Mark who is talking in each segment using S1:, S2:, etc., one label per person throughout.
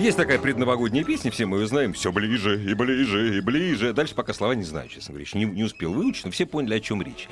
S1: Есть такая предновогодняя песня, все мы ее знаем, все ближе и ближе и ближе. Дальше пока слова не знаю, честно говоря, еще не, не успел выучить, но все поняли, о чем речь.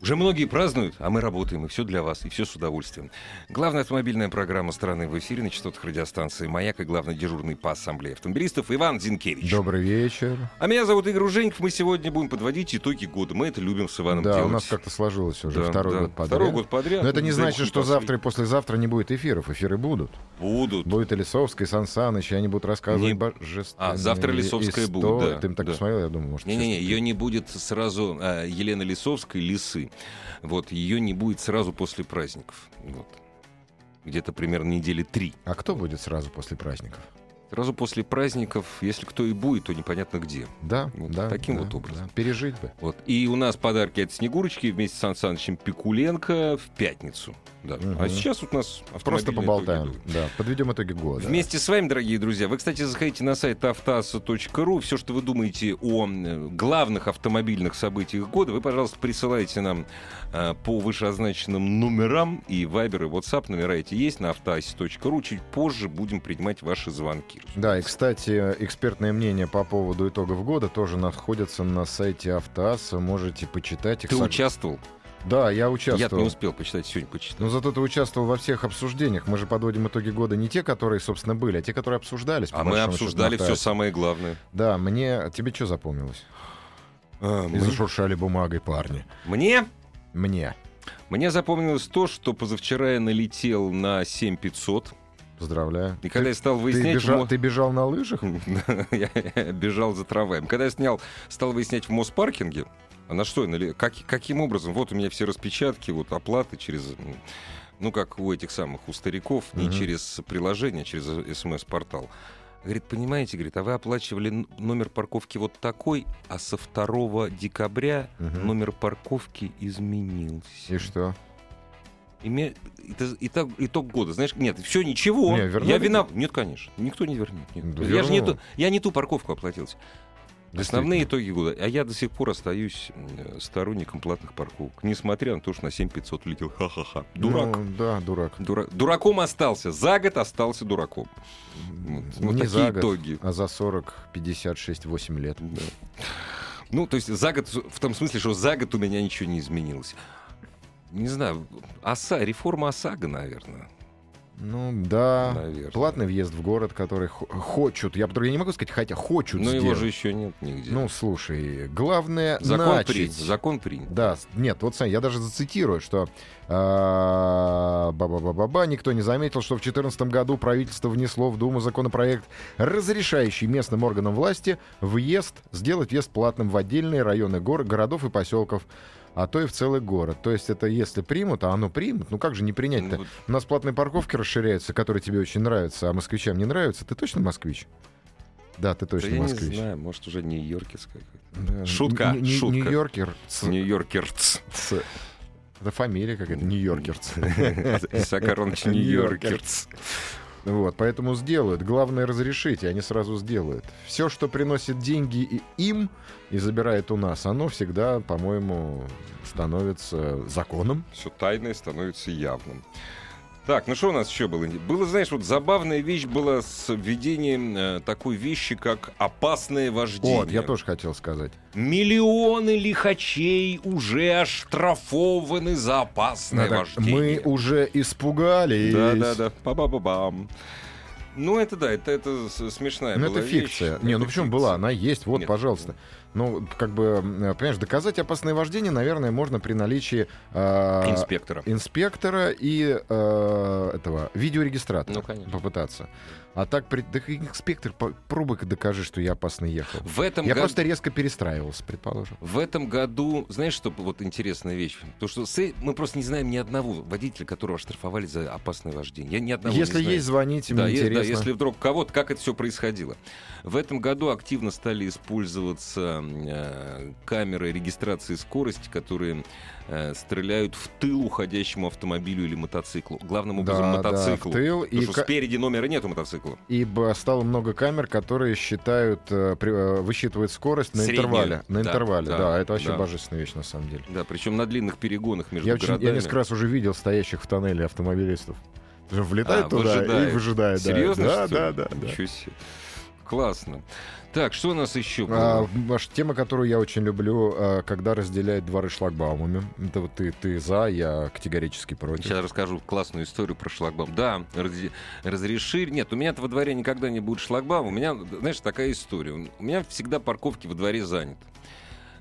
S1: Уже многие празднуют, а мы работаем, и все для вас, и все с удовольствием. Главная автомобильная программа страны в эфире на частотах радиостанции «Маяк» и главный дежурный по ассамблее автомобилистов Иван Зинкевич.
S2: Добрый вечер.
S1: А меня зовут Игорь Уженьков, мы сегодня будем подводить итоги года. Мы это любим с Иваном
S2: да,
S1: делать.
S2: у нас как-то сложилось уже
S1: Да,
S2: второй
S1: да.
S2: год подряд.
S1: Второй год подряд.
S2: Но это
S1: Ну,
S2: не
S1: дай
S2: значит,
S1: бог
S2: что
S1: им
S2: завтра и послезавтра не будет эфиров. Эфиры будут.
S1: Будут.
S2: Будет и Лисовская, и Сан Саныч, и они будут рассказывать
S1: Не-
S2: божественные
S1: А, завтра Лисовская будет, да,
S2: истории. Ты им так
S1: да.
S2: посмотрел, я думаю, может...
S1: Не-не-не,
S2: честно.
S1: ее не будет сразу а, Елена Лисовской лисы. Вот ее не будет сразу после праздников. Вот. Где-то примерно недели три.
S2: А кто будет сразу после праздников?
S1: Сразу после праздников, если кто и будет, то непонятно где.
S2: Да,
S1: Вот
S2: да.
S1: таким
S2: да,
S1: вот образом.
S2: да. Пережить бы.
S1: Вот. И у нас подарки от Снегурочки вместе с Сан Санычем Пикуленко в пятницу. Да.
S2: Мгм.
S1: А сейчас вот у нас
S2: Просто
S1: автомобильные итоги
S2: поболтаем.
S1: идут.
S2: Да, подведем итоги года.
S1: Вместе с вами, дорогие друзья, вы, кстати, заходите на сайт автоаса.ру. Все, что вы думаете о э, главных автомобильных событиях года, вы, пожалуйста, присылайте нам э, по вышеозначенным номерам и вайбер и WhatsApp номера эти есть на автоасе.ру. Чуть позже будем принимать ваши звонки.
S2: Да, и, кстати, экспертное мнение по поводу итогов года тоже находится на сайте Автоаса. Можете почитать их.
S1: Ты
S2: Сог-
S1: участвовал?
S2: Да, я
S1: Я не
S2: участвовал.
S1: успел почитать, сегодня почитал.
S2: Но зато ты участвовал во всех обсуждениях. Мы же подводим итоги года не те, которые, собственно, были, а те, которые обсуждались. по
S1: А мы
S2: большому
S1: обсуждали
S2: счету,
S1: все
S2: на сайте.
S1: самое главное.
S2: Да, мне... Тебе что запомнилось?
S1: А,
S2: И
S1: мы-
S2: зашуршали бумагой парни.
S1: Мне?
S2: Мне.
S1: Мне запомнилось то, что позавчера я налетел на 7500.
S2: Поздравляю.
S1: И когда я стал
S2: Ты
S1: выяснять...
S2: бежал-
S1: мо-
S2: ты бежал на лыжах?
S1: Я бежал за трамваем. Когда я снял, стал выяснять в Моспаркинге, а на что я нали- как, каким образом? Вот у меня все распечатки, вот оплаты через, м, ну как у этих самых, у стариков, не
S2: Мгм.
S1: через приложение, а через смс-портал. Говорит, понимаете, говорит, а вы оплачивали н- номер парковки вот такой, а со 2 декабря
S2: Мгм.
S1: номер парковки изменился.
S2: И что?
S1: И мне- это- и так- итог года. Знаешь, нет, все ничего.
S2: Не, вернули
S1: я вина. Нет, конечно. Никто не вернет. нет.
S2: Да
S1: я же не
S2: вернул.
S1: ту, я не ту парковку оплатил. Основные
S2: Действительно.
S1: итоги года. А я до сих пор остаюсь м, сторонником платных парковок. Несмотря на то, что на 7500 улетел. Ха-ха-ха. Дурак.
S2: Ну, да, дурак.
S1: Дура- Дураком остался. За год остался дураком. Вот,
S2: Не
S1: вот такие
S2: за год,
S1: итоги.
S2: а за 40, 56, 8 лет.
S1: Да. Ну, то есть за год, в том смысле, что за год у меня ничего не изменилось. Не знаю, ОСА, реформа ОСАГО, наверное.
S2: Ну да.
S1: Наверное.
S2: Платный въезд в город, который хо- хочут. Я, по-другому не могу сказать, хотя хочут
S1: Но Ну, его
S2: сделать.
S1: же еще нет нигде.
S2: Ну слушай, главное
S1: закон
S2: начать.
S1: принят. Закон принят.
S2: Да, с- нет, вот смотри, я даже зацитирую, что а, ба-ба-ба-ба-ба, никто не заметил, что в 2014 году правительство внесло в Думу законопроект, разрешающий местным органам власти въезд, сделать въезд платным в отдельные районы гор- городов и поселков, а то и в целый город. То есть это если примут, а оно примут, ну как же не принять-то?
S1: Ну, вот
S2: У нас платные парковки расширяются, которые тебе очень нравятся, а москвичам не нравятся. Ты точно москвич? Да, ты
S1: да
S2: точно
S1: я не
S2: москвич.
S1: знаю, может, уже не йоркерская. какая-то.
S2: Да.
S1: Шутка,
S2: Н- н-
S1: шутка.
S2: Нью-Йоркер. ц-
S1: Нью-Йоркер. ц.
S2: ц- Это фамилия какая-то, нью-йоркерцы.
S1: Исаак Аронович Нью-Йоркер. ц.
S2: Вот, поэтому сделают. Главное разрешите, они сразу сделают. Все, что приносит деньги и им и забирает у нас, оно всегда, по-моему, становится законом.
S1: Все тайное становится явным. Так, ну что у нас еще было? Было, знаешь, вот забавная вещь была с введением э, такой вещи, как опасное вождение.
S2: Вот, я тоже хотел сказать.
S1: Миллионы лихачей уже оштрафованы за опасное
S2: Надо-
S1: вождение.
S2: Ну Мы уже испугались.
S1: Да, да, да. Па-ба-ба-бам. Ну, это да, это, это с- смешная
S2: Ну,
S1: была
S2: это фикция.
S1: вещь.
S2: Не,
S1: Это
S2: ну почему
S1: фикция.
S2: была? Она есть, вот,
S1: Нет.
S2: пожалуйста. Ну, как бы, м, понимаешь, доказать опасное вождение, наверное, можно при наличии а,
S1: Инспектора.
S2: инспектора и э, этого видеорегистратора
S1: Ну, конечно.
S2: попытаться. А так, при... да, инспектор, по- пробуй-ка докажи, что я опасно ехал.
S1: В этом,
S2: Я
S1: го-
S2: просто резко перестраивался, предположим.
S1: в этом году, знаешь, что вот интересная вещь? То, что с- мы просто не знаем ни одного водителя, которого оштрафовали за опасное вождение. Я ни одного не
S2: Если
S1: знаю.
S2: есть, звоните,
S1: Да,
S2: мне
S1: е- да,
S2: интересно.
S1: если вдруг кого-то, как это все происходило. В этом году активно стали использоваться э, камеры регистрации скорости, которые э, стреляют в тыл уходящему автомобилю или мотоциклу. Главным образом
S2: Да, да,
S1: мотоциклу.
S2: в тыл.
S1: Потому
S2: И
S1: что
S2: ка-
S1: спереди номера нет у мотоцикла.
S2: Ибо стало много камер, которые считают, э, при- э, высчитывают скорость на
S1: Среднюю.
S2: интервале. На
S1: Да,
S2: интервале,
S1: да,
S2: да, это вообще
S1: да.
S2: божественная вещь на самом деле.
S1: Да, причем на длинных перегонах между
S2: Я, очень- я
S1: городами.
S2: несколько раз уже видел стоящих в тоннеле автомобилистов. Тоже Влетает
S1: А,
S2: туда
S1: выжидает.
S2: и выжидает. да.
S1: Серьезно?
S2: Да,
S1: что
S2: да,
S1: ли?
S2: да, да.
S1: Ничего себе. Классно. Так, что у нас еще
S2: А,
S1: было?
S2: Маш, тема, которую я очень люблю, а, когда разделяют дворы шлагбаумами. Это вот ты, ты за, я категорически против.
S1: Сейчас расскажу классную историю про шлагбаум. Да, ради- разрешили. Нет, у меня-то во дворе никогда не будет шлагбаум. У меня, знаешь, такая история. У меня всегда парковки во дворе заняты.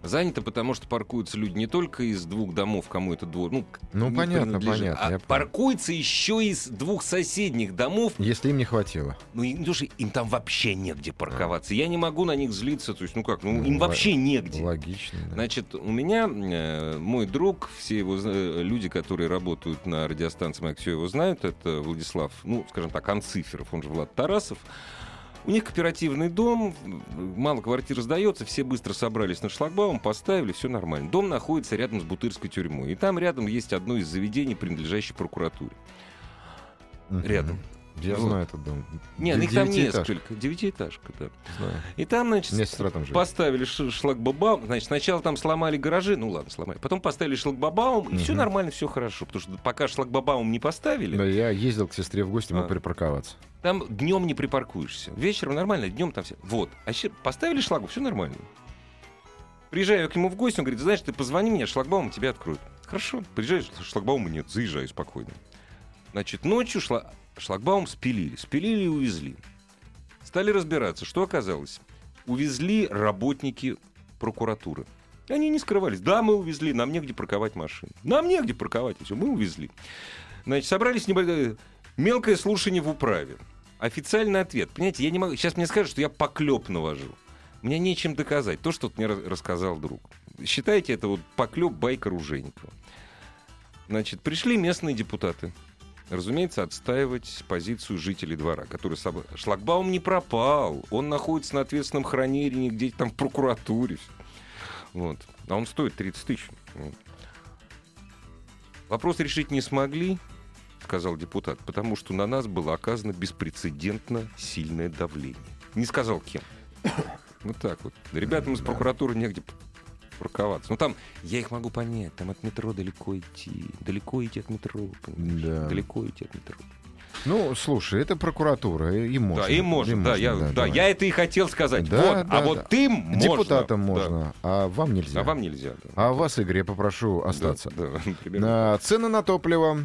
S1: Занято, потому что паркуются люди не только из двух домов, кому этот двор, ну, к-
S2: Ну,
S1: не
S2: понятно,
S1: принадлежит,
S2: понятно, я
S1: а
S2: понял.
S1: паркуются еще из двух соседних домов,
S2: Если им не хватило.
S1: Ну, и- ну, что им там вообще негде парковаться. Я не могу на них злиться. То есть, ну как, ну, им
S2: Ну,
S1: вообще негде.
S2: Логично. да.
S1: Значит, у меня э, мой друг, все его зна- э, люди, которые работают на радиостанции «Маяк», все его знают, это Владислав, ну, скажем так, Анциферов, он же Влад Тарасов. У них кооперативный дом, м, мало квартир сдается, все быстро собрались на шлагбаум, поставили, все нормально. Дом находится рядом с Бутырской тюрьмой, и там рядом есть одно из заведений, принадлежащее прокуратуре.
S2: Мгм.
S1: Рядом.
S2: Я
S1: Вот.
S2: знаю этот дом.
S1: Нет,
S2: Де-
S1: ну, их там
S2: девятиэтажка,
S1: несколько, девятиэтажка, да.
S2: знаю.
S1: И там, значит,
S2: У меня сестра там живет.
S1: Поставили ш- шлагбаум, значит, сначала там сломали гаражи, ну ладно, сломали. Потом поставили шлагбаум, и все
S2: Мгм.
S1: нормально, все хорошо. Потому что пока шлагбаум не поставили,
S2: Да, я ездил к сестре в гости, мы
S1: А.
S2: припарковаться.
S1: там днем не припаркуешься. Вечером нормально, днем там все. Вот. А щи- поставили шлагбаум, все нормально. Приезжаю я к нему в гости, он говорит, знаешь, ты позвони мне, шлагбаум тебе откроют. Хорошо, приезжаешь, шлагбаума нет, заезжаю спокойно. Значит, ночью шла- шлагбаум спилили, спилили и увезли. Стали разбираться, что оказалось. Увезли работники прокуратуры. И Они не скрывались. Да, мы увезли, нам негде парковать машины. Нам негде парковать, все, мы увезли. Значит, собрались небольшое... Мелкое слушание в управе. Официальный ответ. Понимаете, я не могу... Сейчас мне скажут, что я поклеп навожу. Мне нечем доказать то, что вот мне ра- рассказал друг. Считайте это вот поклеп байка Ружейникова. Значит, пришли местные депутаты. Разумеется, отстаивать позицию жителей двора, которые собрали. Шлагбаум не пропал. Он находится на ответственном хранении, где-то там в прокуратуре. Вот. А он стоит 30 тысяч. Вот. Вопрос решить не смогли, сказал депутат, потому что на нас было оказано беспрецедентно сильное давление. Не сказал кем. Вот так вот. Ребятам из прокуратуры негде п- парковаться. Ну там, я их могу понять, там от метро далеко идти. Далеко идти от метро, понимаешь?
S2: Да.
S1: Далеко идти от метро.
S2: Ну, слушай, это прокуратура, и им можно.
S1: да, им можно, да, я, да,
S2: давай.
S1: я это и хотел сказать.
S2: Да,
S1: вот, а
S2: да,
S1: вот
S2: да.
S1: ты можно.
S2: Депутатам
S1: Да.
S2: можно, а вам нельзя.
S1: А вам нельзя. да.
S2: А вас, Игорь, я попрошу остаться.
S1: Да, да, например.
S2: А, цены на топливо.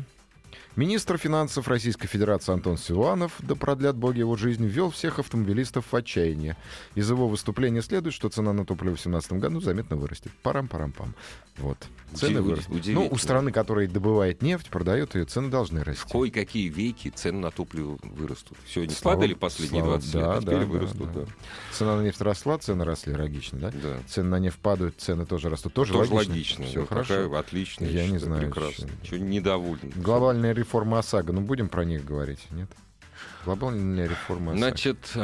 S2: Министр финансов Российской Федерации Антон Силуанов, да продлят боги его жизнь, ввел всех автомобилистов в отчаяние. Из его выступления следует, что цена на топливо в 2017 году заметно вырастет. Парам-парам-пам. Вот. Цены
S1: Удив-
S2: выросли.
S1: удивительно.
S2: Ну, у страны, которая добывает нефть, продает ее, цены должны расти.
S1: В кое-какие веки цены на топливо вырастут. Сегодня
S2: Слава-
S1: падали последние
S2: слава-
S1: 20 лет,
S2: да,
S1: а теперь
S2: да,
S1: вырастут.
S2: да,
S1: Да,
S2: да. Цена на нефть росла, цены росли, логично, да?
S1: Да.
S2: Цены на нефть падают, цены тоже растут. Тоже,
S1: Тоже
S2: логично.
S1: логично.
S2: Все
S1: Ну,
S2: хорошо.
S1: какая отличная,
S2: Я не
S1: считаю,
S2: знаю,
S1: Прекрасно.
S2: чё-
S1: Чё недоволен.
S2: Глобальная реформа ОСАГО. Ну, будем про них говорить, нет? Глобальная реформа ОСАГО.
S1: Значит,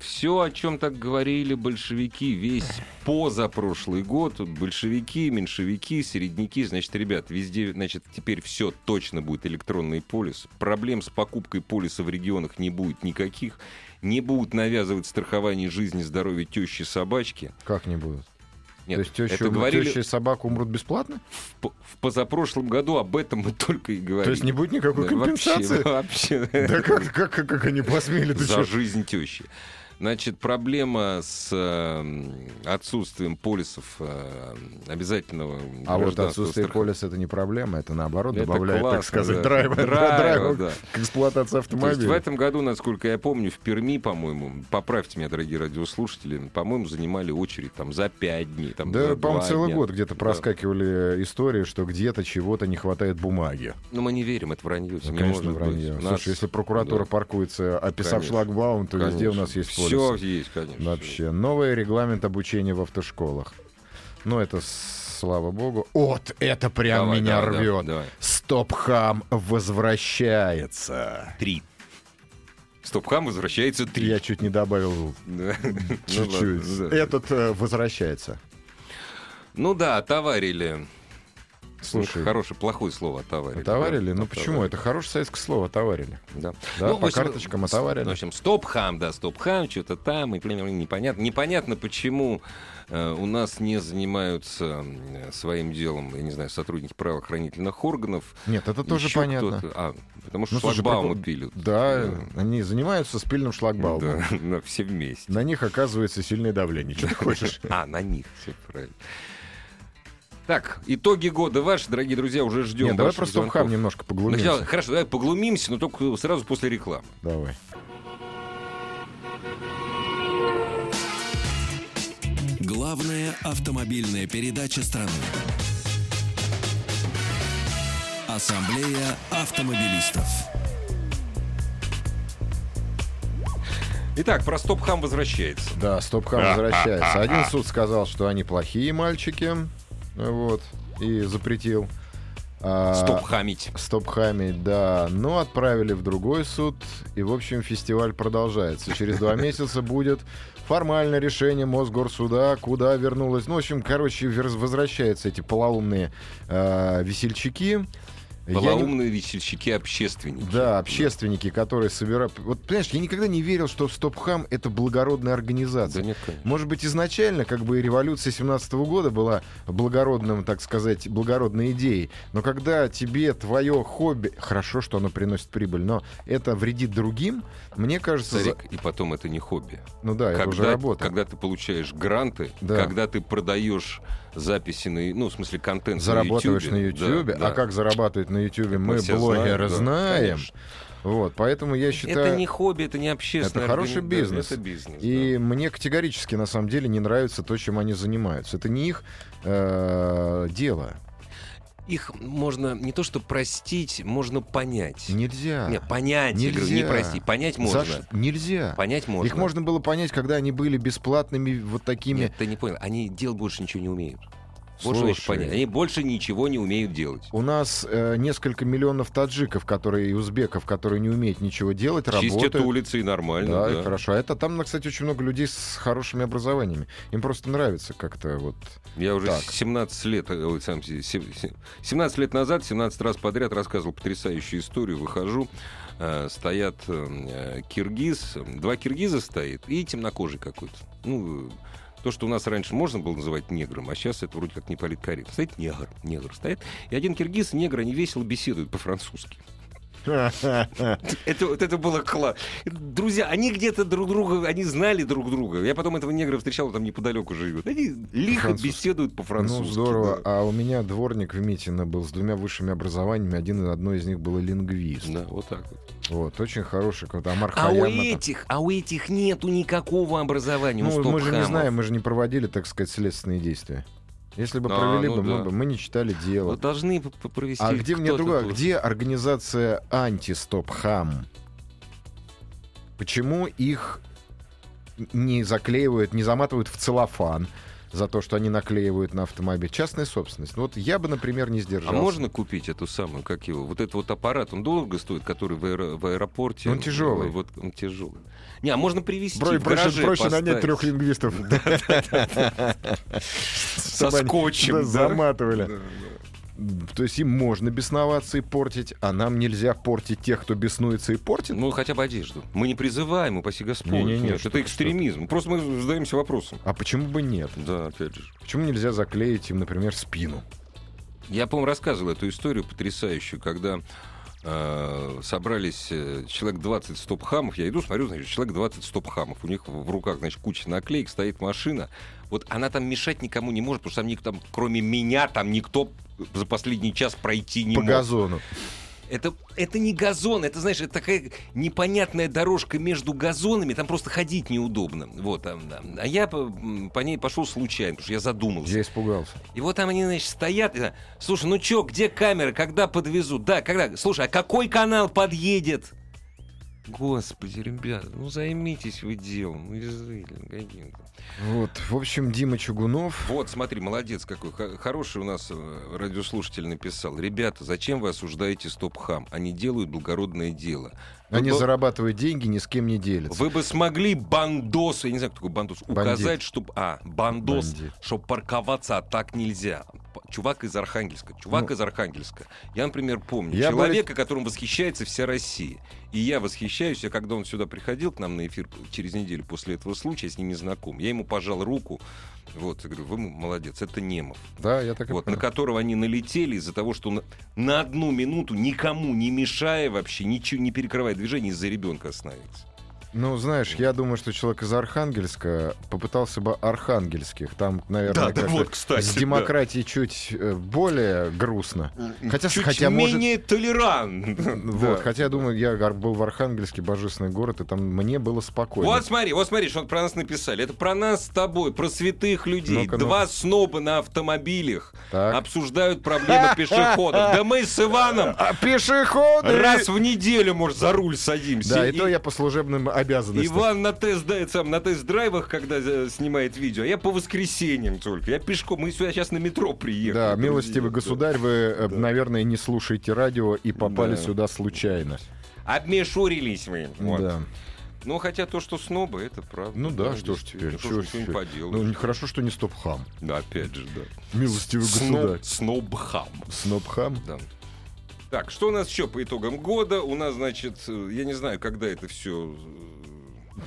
S1: все, о чем так говорили большевики весь позапрошлый год, большевики, меньшевики, середняки, значит, ребят, везде, значит, теперь все точно будет электронный полис. Проблем с покупкой полиса в регионах не будет никаких. Не будут навязывать страхование жизни, здоровья тещи, собачки.
S2: Как не будут?
S1: Нет,
S2: То есть теща,
S1: это
S2: умрет-
S1: говорили
S2: теща и собака умрут бесплатно?
S1: в, по- в позапрошлом году, об этом мы только и говорили.
S2: То есть не будет никакой
S1: Да,
S2: компенсации?
S1: Вообще, вообще.
S2: Да как, как, как, как они посмели? Ты
S1: за
S2: чё?
S1: жизнь тещи. Значит, проблема с э, отсутствием полисов э, обязательного
S2: А вот
S1: гражданского
S2: отсутствие
S1: страха-
S2: полиса это не проблема, это наоборот
S1: Это
S2: добавляет,
S1: классно,
S2: так сказать,
S1: да.
S2: драйва,
S1: Драйва,
S2: драйва
S1: да.
S2: к эксплуатации
S1: То есть в
S2: автомобиля.
S1: этом году, насколько я помню, в Перми, по-моему, поправьте меня, дорогие радиослушатели, по-моему, занимали очередь там за пять дней. Там,
S2: Да,
S1: за
S2: по-моему,
S1: два
S2: целый
S1: дня.
S2: год где-то
S1: э, Да.
S2: проскакивали э, истории, что где-то чего-то не хватает бумаги.
S1: Но мы не верим, это вранье. всё
S2: Ну,
S1: не
S2: конечно,
S1: может
S2: вранье.
S1: быть.
S2: Слушай,
S1: Нас-
S2: если прокуратура
S1: Да,
S2: паркуется, описав
S1: Конечно.
S2: шлагбаум, то везде у
S1: конечно.
S2: нас есть полисы.
S1: Все есть, конечно.
S2: Вообще. Новый регламент обучения в автошколах. Ну, это, слава богу. Вот это прям
S1: Давай,
S2: меня
S1: давай,
S2: рвет.
S1: давай.
S2: Стоп-хам возвращается.
S1: Три. Стопхам возвращается три.
S2: Я чуть не добавил
S1: Да. Ну ладно,
S2: чуть-чуть.
S1: да.
S2: Этот э, возвращается.
S1: Ну да, товарили.
S2: Слушай,
S1: Хорошее, плохое слово товарили.
S2: отоварили? Ну почему? Это хорошее советское слово, отоварили.
S1: Да. Ну,
S2: Да, по
S1: в общем,
S2: карточкам
S1: с-
S2: отоварили.
S1: В общем, стоп-хам, да, стоп-хам, что-то там, и примерно непонятно. Непонятно, почему э, у нас не занимаются э, своим делом, я не знаю, сотрудники правоохранительных органов.
S2: Нет, это
S1: еще
S2: Ну, тоже понятно.
S1: кто-то. А, потому что
S2: Ну, слушай,
S1: шлагбаумы
S2: прикол-
S1: пилят.
S2: Да, они занимаются спильным
S1: Да,
S2: шлагбаумом.
S1: да, все вместе.
S2: На них оказывается сильное давление. Что ты хочешь?
S1: А, на них, все правильно. Так, итоги года ваши, дорогие друзья, уже ждем.
S2: Нет, давай
S1: ваших
S2: про
S1: звонков.
S2: Стопхам немножко
S1: Ну, сначала-
S2: поглубимся.
S1: Хорошо, давай поглумимся, но только сразу после рекламы.
S2: Давай.
S3: Главная автомобильная передача страны. Ассамблея автомобилистов.
S1: Итак, про стоп-хам возвращается.
S2: Да, Стопхам возвращается. Один суд сказал, что они плохие мальчики. Вот. И запретил. А,
S1: Стоп-хамить.
S2: Стопхамить, да. Но отправили в другой суд. И, в общем, фестиваль продолжается. Через два месяца будет формальное решение Мосгорсуда, куда вернулось. Ну, в общем, короче, верз- возвращаются эти полоумные э, весельчаки. Я не-
S1: Полоумные весельчаки общественники.
S2: Да, общественники, которые собирают... Вот, понимаешь, я никогда не верил, что Стопхам — это благородная
S1: Да
S2: организация.
S1: нет, конечно.
S2: Может быть, изначально, как бы и революция 17 года была благородным, так сказать, благородной идеей. Но когда тебе твое хобби... Хорошо, что оно приносит прибыль, но это вредит другим, мне кажется... за-
S1: Старик, и потом это не хобби.
S2: Ну да, это уже
S1: когда,
S2: работа.
S1: когда ты получаешь гранты,
S2: Да.
S1: когда ты продаешь записи на, ну, в смысле, контент
S2: Зарабатываешь
S1: на
S2: на
S1: YouTube.
S2: Ютьюбе,
S1: да,
S2: а
S1: да.
S2: как зарабатывать на Ютьюбе, мы,
S1: все
S2: блогеры
S1: знаем, да,
S2: знаем.
S1: конечно.
S2: вот, поэтому я считаю...
S1: Это не хобби, это не общественное.
S2: Это хороший бизнес.
S1: Это бизнес.
S2: И мне категорически, на самом деле, не нравится то, чем они занимаются. Это не их э, дело.
S1: да. Их можно не то что простить, можно понять.
S2: Нельзя.
S1: Не, понять, я говорю, не
S2: Нельзя.
S1: простить. Понять
S2: За
S1: можно.
S2: ш- Нельзя.
S1: Понять можно.
S2: Их можно было понять, когда они были бесплатными вот такими.
S1: Нет, ты не понял. Они делать больше ничего не умеют. Вот что
S2: Слушай.
S1: значит понять. Они больше ничего не умеют делать.
S2: У нас э, несколько миллионов таджиков, которые и узбеков, которые не умеют ничего делать,
S1: Чистят
S2: работают.
S1: улицы и нормально.
S2: Да,
S1: да.
S2: и хорошо. А это там, кстати, очень много людей с хорошими образованиями. Им просто нравится как-то вот.
S1: Я уже
S2: Так.
S1: 17 лет, э, ой, сам се- се- се- 17 лет назад, 17 раз подряд рассказывал потрясающую историю. Выхожу, э, стоят э, э, киргиз, э, два киргиза стоит и темнокожий какой-то. Ну, э, то, что у нас раньше можно было называть негром, а сейчас это вроде как не политкорректно. Стоит негр, негр стоит, и один киргиз и негр, они весело беседуют по-французски.
S2: Ну,
S1: Это, вот это было класс. Друзья, они где-то друг друга, они знали друг друга. Я потом этого негра встречал, он там неподалеку живет. Они лихо
S2: Французский.
S1: беседуют
S2: Ну,
S1: по-французски.
S2: здорово.
S1: да.
S2: А у меня дворник в Митино был с двумя высшими образованиями. Один и одно из них был лингвист.
S1: Да, вот так вот.
S2: Вот, очень хороший. какой-то Амар
S1: А у
S2: Хаяма там.
S1: этих, а у этих нету никакого образования. у
S2: Ну, мы же не
S1: стопхамов.
S2: знаем, мы же не проводили, так сказать, следственные действия. Если бы
S1: А,
S2: провели
S1: ну
S2: бы, мы
S1: да.
S2: бы мы не читали дело.
S1: Вот должны п- п- провести.
S2: а где мне
S1: кто-то
S2: другое?
S1: тут.
S2: Где организация антистоп-хам? Почему их не заклеивают, не заматывают в целлофан за то, что они наклеивают на автомобиль? Частная собственность. Ну, вот я бы, например, не
S1: А
S2: сдержался.
S1: можно купить эту самую, как его, вот этот вот аппарат, он дорого стоит, который в, аэро- в аэропорте.
S2: Он тяжелый.
S1: Вот он тяжелый. Не, а можно привезти
S2: Бро-
S1: в
S2: проще,
S1: гараже
S2: проще нанять
S1: поставить.
S2: трех лингвистов.
S1: Со
S2: Чтобы они,
S1: скотчем,
S2: да, Ну,
S1: да?
S2: заматывали.
S1: Да, да.
S2: То есть им можно бесноваться и портить, а нам нельзя портить тех, кто беснуется и портит.
S1: Ну, хотя бы одежду. Мы не призываем, упаси Господь.
S2: Не-не-не,
S1: Нет,
S2: что
S1: это
S2: ты,
S1: экстремизм. Просто мы задаемся вопросом.
S2: А почему бы нет?
S1: Да, опять же.
S2: Почему нельзя заклеить им, например, спину?
S1: Я, по-моему, рассказывал эту историю потрясающую, когда э, собрались э, человек 20 стоп-хамов. Я иду, смотрю, значит, человек 20 стоп-хамов. У них в в руках, значит, куча наклеек, стоит машина. Вот она там мешать никому не может, потому что там, ник- там кроме меня, там никто за последний час пройти не
S2: По
S1: мог.
S2: газону.
S1: Это, это не газон, это, знаешь, это такая непонятная дорожка между газонами, там просто ходить неудобно. Вот, а, а я по, по ней пошел случайно, потому что я задумался.
S2: Я испугался.
S1: И вот там они, значит, стоят. и, Слушай, ну чё, где камера, когда подвезут? Да, когда? Слушай, а какой канал подъедет? Господи, ребята, ну займитесь вы делом, ну, действительно, каким-то.
S2: Вот, в общем, Дима Чугунов.
S1: Вот, смотри, молодец какой. хо- Хороший у нас э, радиослушатель написал. Ребята, зачем вы осуждаете стоп-хам? Они делают благородное дело. Вы
S2: Они
S1: бы-
S2: зарабатывают деньги, ни с кем не делятся.
S1: Вы бы смогли бандос, я не знаю, кто такой бандос,
S2: Бандит.
S1: указать, чтобы... А, бандос,
S2: Бандит.
S1: чтобы парковаться, а так нельзя. П- Чувак из Архангельска. Чувак
S2: Ну.
S1: из Архангельска. Я, например, помню
S2: Я
S1: человека, которым восхищается вся Россия. И я восхищаюсь, я когда он сюда приходил к нам на эфир через неделю после этого случая, я с ним не знаком, я ему пожал руку, вот, и говорю, вы молодец, это Немов.
S2: Да, я так и
S1: Вот, на
S2: понял.
S1: которого они налетели из-за того, что на, на одну минуту никому не мешая вообще, ничего не перекрывая движение, из-за ребенка остановился.
S2: Ну, знаешь, я думаю, что человек из Архангельска попытался бы архангельских. Там, наверное,
S1: Да, да,
S2: как-то
S1: вот, кстати,
S2: с
S1: да.
S2: демократией чуть э, более грустно. Хотя,
S1: Чуть
S2: хотя может,
S1: менее толерантно.
S2: Ну, Вот,
S1: Да.
S2: хотя я думаю, я гар- был в Архангельске, божественный город, и там мне было спокойно.
S1: Вот смотри, вот смотри, что про нас написали. Это про нас с тобой, про святых людей.
S2: Ну-ка, ну.
S1: Два сноба на автомобилях
S2: Так.
S1: обсуждают проблемы пешеходов. Да мы с Иваном
S2: А пешеходы!
S1: раз в неделю, может, за руль садимся.
S2: Да, и,
S1: И-
S2: то я по служебным обязанностям.
S1: Иван на тест да, это сам, на тест-драйвах, когда э, снимает видео, а я по воскресеньям только. Я пешком. Мы сюда сейчас на метро приехали.
S2: Да,
S1: друзья.
S2: милостивый
S1: Да.
S2: государь, вы, э,
S1: Да.
S2: наверное, не слушаете радио и попали
S1: Да.
S2: сюда случайно.
S1: Обмешурились мы. Вот.
S2: Да.
S1: Ну, хотя то, что снобы, это правда.
S2: Ну да, что ж теперь,
S1: действительно. Что
S2: чего
S1: ж ничего не
S2: теперь.
S1: поделаешь.
S2: Ну, не- хорошо, что не стоп-хам.
S1: Да, опять же, да.
S2: Милостивый государь.
S1: Сноб- Снобхам.
S2: Сноб-хам.
S1: Да. Так, что у нас еще по итогам года? У нас, значит, э, я не знаю, когда это все...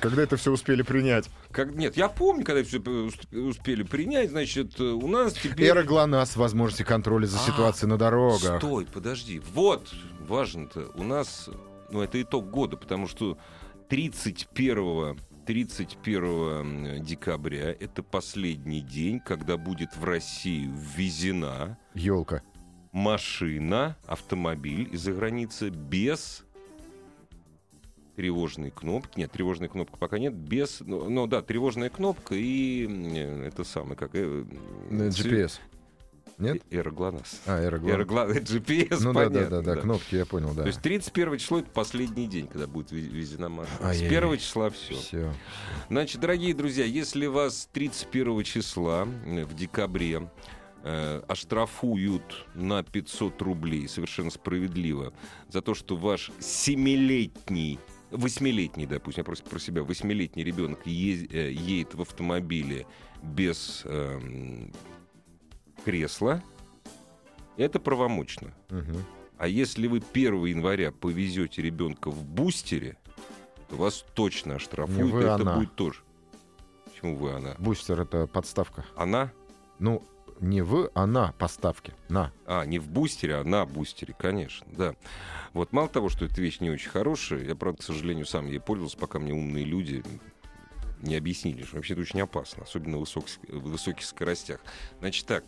S2: Когда это все успели принять?
S1: Как... Нет, я помню, когда все успели принять, значит, э, у нас теперь...
S2: Эра ГЛОНАСС, возможности контроля за
S1: А,
S2: ситуацией на дорогах.
S1: Стой, подожди. Вот, важно-то, у нас, ну, это итог года, потому что 31 31 декабря это последний день, когда будет в Россию ввезена
S2: Елка.
S1: машина, автомобиль из-за границы без тревожной кнопки. Нет, тревожной кнопки пока нет. Без, ну, ну да, тревожная кнопка и э, это самое, как... э, э,
S2: GPS. Нет?
S1: э, Эроглонасс.
S2: А, эра ГЛОНАСС.
S1: Эроглонасс, GPS,
S2: Ну да, да,
S1: понятно.
S2: да, да, кнопки я понял, да.
S1: То есть 31 число это последний день, когда будет ве- везена машина. С
S2: Ай-яй-яй.
S1: 1 числа все.
S2: Все.
S1: Значит, дорогие друзья, если вас 31 числа э, в декабре э, оштрафуют на 500 рублей, совершенно справедливо, за то, что ваш семилетний, восьмилетний, допустим, я просто про себя, восьмилетний ребенок е- э, едет в автомобиле без эм, кресла, это правомочно. А если вы 1 января повезете ребенка в бустере, то вас точно
S2: Не
S1: оштрафуют.
S2: вы,
S1: и это
S2: она.
S1: будет тоже. Почему вы она?
S2: Бустер это подставка.
S1: Она?
S2: Ну, не вы, а на поставке. На.
S1: А, не в бустере, а на бустере, конечно, да. Вот мало того, что эта вещь не очень хорошая, я, правда, к сожалению, сам ей пользовался, пока мне умные люди не объяснили, что вообще это очень опасно, особенно в высок- в высоких скоростях. Значит так,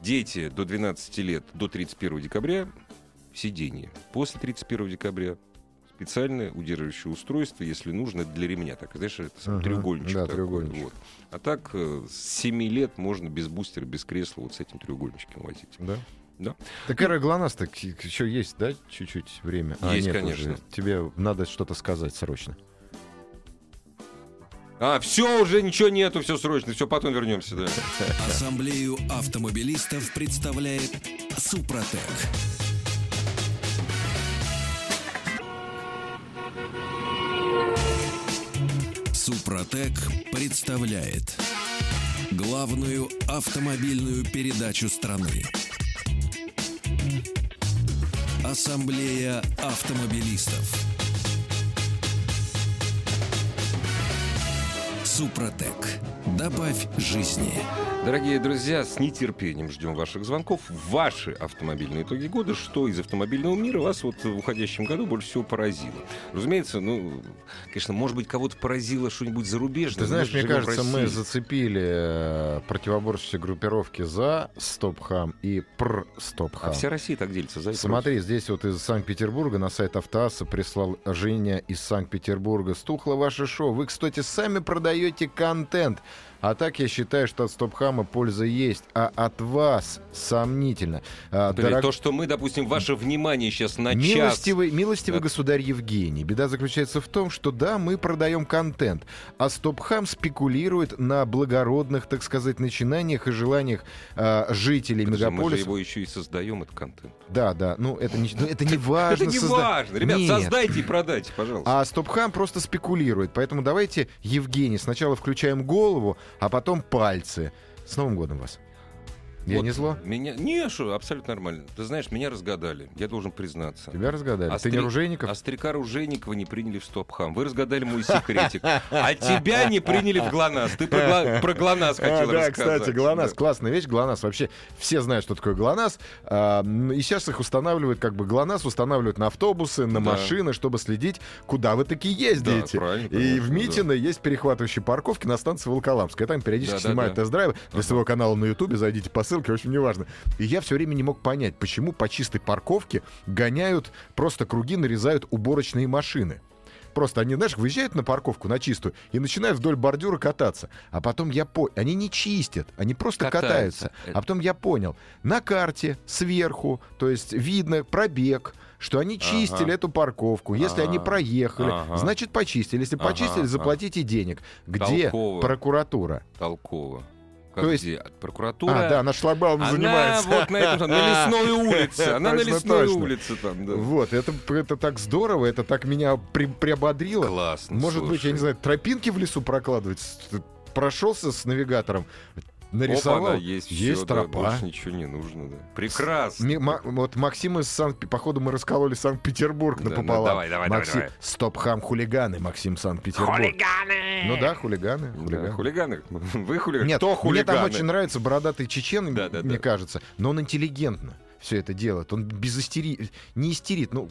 S1: дети до 12 лет, до 31 декабря в сидении. После 31 декабря специальное удерживающее устройство, если нужно, для ремня. Так, знаешь, это сам
S2: Мгм.
S1: треугольничек.
S2: Да,
S1: такой,
S2: треугольничек.
S1: вот. А так э, с 7 лет можно без бустера, без кресла вот с этим треугольничком возить.
S2: Да?
S1: Да.
S2: Так эра ГЛОНАСС, так еще есть, да, чуть-чуть время? А
S1: Есть, конечно.
S2: уже. Тебе надо что-то сказать срочно.
S1: А, все, уже ничего нету, все срочно, все, потом вернемся. Да.
S3: Ассамблею автомобилистов представляет Супротек. Супротек представляет главную автомобильную передачу страны. Ассамблея автомобилистов. Супротек. Добавь жизни.
S1: Дорогие друзья, с нетерпением ждем ваших звонков. Ваши автомобильные итоги года, что из автомобильного мира вас вот в уходящем году больше всего поразило. Разумеется, ну, конечно, может быть, кого-то поразило что-нибудь зарубежное.
S2: Ты знаешь,
S1: Мы
S2: мне
S1: живем в
S2: кажется, мы
S1: России.
S2: зацепили э, противоборческие группировки за стоп-хам и
S1: А
S2: пр-стоп-хам.
S1: вся Россия так делится. За и
S2: Смотри, здесь вот из Санкт-Петербурга на сайт Автоаса прислал Женя из Санкт-Петербурга. Стухло ваше шоу. Вы, кстати, сами продаете контент. А так я считаю, что от Стопхама польза есть, а от вас сомнительно. А,
S1: То есть
S2: дорог-
S1: То, что мы, допустим, ваше внимание сейчас на час...
S2: Милостивый, милостивый
S1: Да.
S2: государь Евгений, беда заключается в том, что да, мы продаем контент, а Стопхам спекулирует на благородных, так сказать, начинаниях и желаниях а, жителей
S1: Подожди, Мы же
S2: мегаполиса.
S1: его еще и создаем, этот контент.
S2: Да, да, ну это не, ну, это не важно.
S1: Это не
S2: созда-
S1: важно. Ребят,
S2: Нет.
S1: создайте и продайте, пожалуйста.
S2: А Стопхам просто спекулирует, поэтому давайте, Евгений, сначала включаем голову, а потом пальцы. С Новым годом вас. Я
S1: Вот
S2: не зло?
S1: Меня... Не, что, абсолютно нормально. Ты знаешь, меня разгадали. Я должен признаться.
S2: Тебя разгадали.
S1: А
S2: Ты не
S1: стри-
S2: оружейников?
S1: А старика Ружейникова не приняли в Стопхам. Вы разгадали мой секретик. А тебя не приняли в ГЛОНАСС. Ты про, гла- про ГЛОНАСС хотел
S2: А, да,
S1: рассказать.
S2: кстати, ГЛОНАСС.
S1: Да.
S2: Классная вещь, ГЛОНАСС. Вообще все знают, что такое ГЛОНАСС. А, м, и сейчас их устанавливают, как бы ГЛОНАСС устанавливают на автобусы, на
S1: Да.
S2: машины, чтобы следить, куда вы таки ездите.
S1: Да, правильно,
S2: и
S1: конечно,
S2: в
S1: да.
S2: Митино есть перехватывающие парковки на станции Волоколамская. Там периодически
S1: Да-да-да.
S2: снимают тест-драйвы. Для своего канала на Ютубе зайдите по ссылке, в общем, неважно. И я все время не мог понять, почему по чистой парковке гоняют, просто круги нарезают уборочные машины. Просто они, знаешь, выезжают на парковку на чистую и начинают вдоль бордюра кататься. А потом я понял, они не чистят, они просто
S1: Катаются. Э.
S2: катаются. А потом я понял, на карте сверху, то есть видно пробег, что они чистили эту парковку. Если они
S1: Ага.
S2: проехали,
S1: А, Ага.
S2: значит почистили. Если
S1: Ага,
S2: почистили,
S1: ага.
S2: заплатите денег. Где
S1: Толково.
S2: прокуратура?
S1: Толково. Как
S2: То есть-
S1: где? Прокуратура.
S2: А, да, она шлагбаумом
S1: Она
S2: занимается.
S1: вот на этом, там, на лесной улице. Она на
S2: Точно,
S1: лесной
S2: точно.
S1: улице там, да.
S2: Вот, это, это так здорово, это так меня при- приободрило.
S1: Классно.
S2: Может быть, я
S1: слушай.
S2: не знаю, тропинки в лесу прокладывать? С- т- Прошелся с навигатором, нарисовал.
S1: Опа, да, есть, всё,
S2: есть
S1: да,
S2: тропа.
S1: больше ничего не нужно. Да. Прекрасно.
S2: Ми- Ма- вот Максим из Санкт... Походу, мы раскололи Санкт-Петербург
S1: Да, ну,
S2: напополам.
S1: давай, давай, давай,
S2: Максим...
S1: давай.
S2: Стоп-хам хулиганы, Максим Санкт-Петербург.
S4: Хулиганы!
S2: Ну да, хулиганы.
S1: Да,
S2: хулиганы.
S1: хулиганы. Вы хулиганы.
S2: Нет,
S1: Кто
S2: мне
S1: хулиганы?
S2: там очень нравится бородатый чечен,
S1: Да, да,
S2: мне
S1: да.
S2: кажется. Но он интеллигентно все это делает. Он без истерии... Не истерит, ну...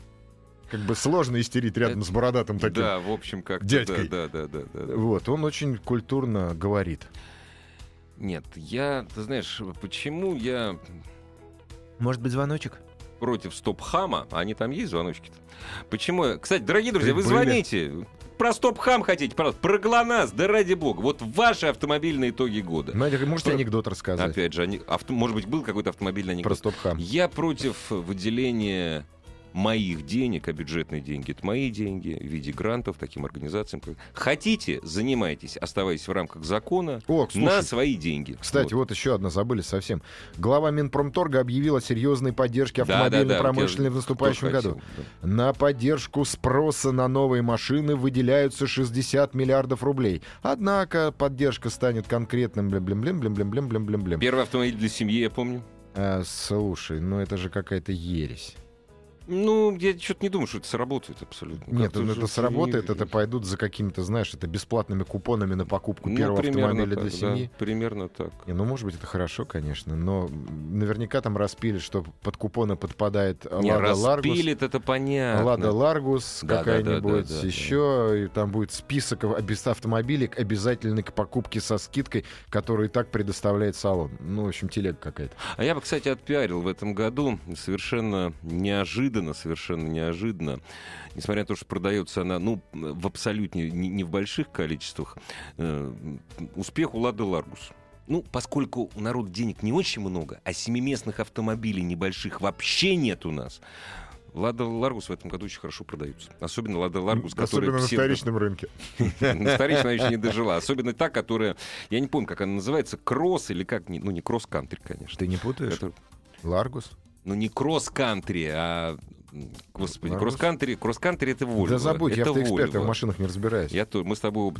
S2: Как бы сложно истерить рядом с бородатым
S1: Ну,
S2: таким.
S1: Да, в общем, как
S2: дядькой.
S1: Да, да, да, да, да.
S2: Вот, он очень культурно говорит.
S1: Нет, я, ты знаешь, почему я
S2: Может быть, звоночек?
S1: против стоп-хама, а они там есть звоночки-то? Почему? я- Кстати, дорогие друзья, вы
S2: Были.
S1: звоните. Про стоп-хам хотите, пожалуйста, про ГЛОНАСС, да ради бога. Вот ваши автомобильные итоги года.
S2: Надя, можете
S1: Про-
S2: анекдот рассказать?
S1: Опять же, они- авто- может быть, был какой-то автомобильный
S2: Про
S1: анекдот.
S2: стоп-хам.
S1: Я против выделения моих денег, а бюджетные деньги — это мои деньги, в виде грантов таким организациям. как- Хотите — занимайтесь, оставаясь в рамках закона,
S2: О, слушай,
S1: на свои деньги.
S2: Кстати,
S1: Вот.
S2: вот. еще одна, забыли совсем. Глава Минпромторга объявила о серьезной поддержке
S1: Да, да,
S2: автомобильной
S1: да,
S2: промышленной
S1: вот я-
S2: в наступающем
S1: кто хотел,
S2: году.
S1: да.
S2: На поддержку спроса на новые машины выделяются 60 миллиардов рублей. Однако поддержка станет конкретным блин блин блин блин блин блин блин блин блин
S1: Первый автомобиль для семьи, я помню.
S2: А, Слушай, ну это же какая-то ересь.
S1: Ну, я что-то не думаю, что это сработает абсолютно.
S2: Нет,
S1: Как-то
S2: ну,
S1: же
S2: это
S1: не-
S2: сработает, это пойдут за какими-то, знаешь, это бесплатными купонами на покупку
S1: Ну,
S2: первого
S1: примерно
S2: автомобиля
S1: так,
S2: для
S1: да,
S2: семьи.
S1: примерно так.
S2: Не, ну, может быть, это хорошо, конечно, но м, наверняка там распили, что под купоны подпадает э,
S1: Не,
S2: Лада Ларгус.
S1: распилит, это понятно.
S2: Лада Ларгус
S1: Э, ну, Да, да, да,
S2: какая-нибудь
S1: да, да, да.
S2: еще, и там будет список обез- автомобилей к- обязательно к покупке со скидкой, которую и так предоставляет салон. Ну, в общем, телега какая-то.
S1: А я бы, кстати, отпиарил в этом году совершенно неожиданно, совершенно неожиданно. Несмотря на то, что продается она, ну, в абсолютне, не, не в больших количествах, э, успех у Лады Ларгус. Ну, поскольку у народа денег не очень много, а семиместных автомобилей небольших вообще нет у нас, Лада Ларгус в этом году очень хорошо продаются. Особенно Лада Ларгус, которая...
S2: Особенно на
S1: псевдо-
S2: вторичном рынке.
S1: на вторичной она еще не дожила. Особенно та, которая, я не помню, как она называется, кросс или как, не- ну не кросс-кантри, конечно.
S2: Ты не путаешь?
S1: Это-
S2: Ларгус?
S1: ну не кросс-кантри, а... м, Господи,
S2: Ларгус?
S1: кросс-кантри, кросс-кантри это Volvo.
S2: Да забудь, я
S1: это
S2: автоэксперт, я в
S1: Volvo.
S2: машинах не разбираюсь.
S1: Я тоже, мы с тобой оба.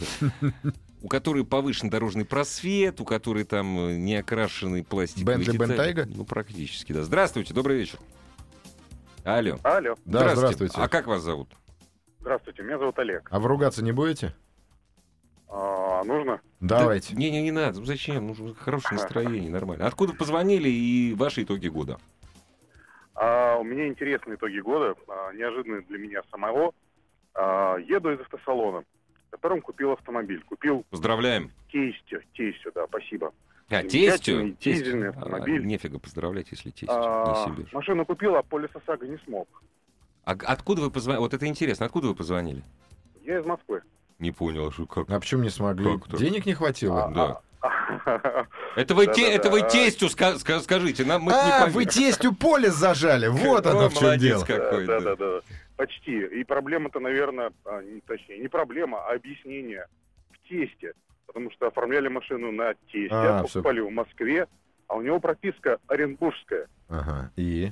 S1: У которой повышен дорожный просвет, у которой там э, не окрашенный пластик.
S2: Bentley Bentayga?
S1: Ну, практически, да. Здравствуйте, добрый вечер. Алло.
S5: Алло,
S2: Да, здравствуйте.
S1: А как вас зовут?
S5: здравствуйте, меня зовут Олег.
S2: А вы ругаться не будете?
S5: А, нужно?
S2: Давайте.
S1: Да, Не-не, не надо. Ну, Зачем? Нужно хорошее настроение, нормально. Откуда позвонили и ваши итоги года?
S5: А, у меня интересные итоги года, а, неожиданные для меня самого. А, еду из автосалона, в котором купил автомобиль. Купил
S1: Поздравляем.
S5: Тестю, Тестю, да, спасибо.
S1: А,
S5: Замечательный
S1: тестю?
S5: дизельный
S1: Тестю.
S5: автомобиль.
S1: А, нефига поздравлять, если тестю.
S5: А,
S1: Не себе. ж.
S5: машину купил, а полиса ОСАГО не смог.
S1: А г- откуда вы позвонили? Вот это интересно. Откуда вы позвонили?
S5: Я из Москвы.
S1: Не понял, что как.
S2: А почему не смогли?
S1: Как так?
S2: Денег не хватило?
S5: А,
S1: да.
S5: а,
S1: Это вы,
S5: Да,
S1: те-
S5: да,
S1: это
S5: да.
S1: вы тестю ска- ска- скажите, нам мы не
S2: А,
S1: поверим.
S2: вы тестю поле зажали. Вот
S1: Какой
S2: оно в чем
S1: молодец
S2: дело.
S1: какой,
S5: да,
S1: да.
S5: да, да. Почти. И проблема-то, наверное, а, не- точнее, не проблема, а объяснение в тесте. Потому что оформляли машину на тесте,
S2: А, всё.
S5: покупали в Москве, а у него прописка оренбургская.
S2: Ага. И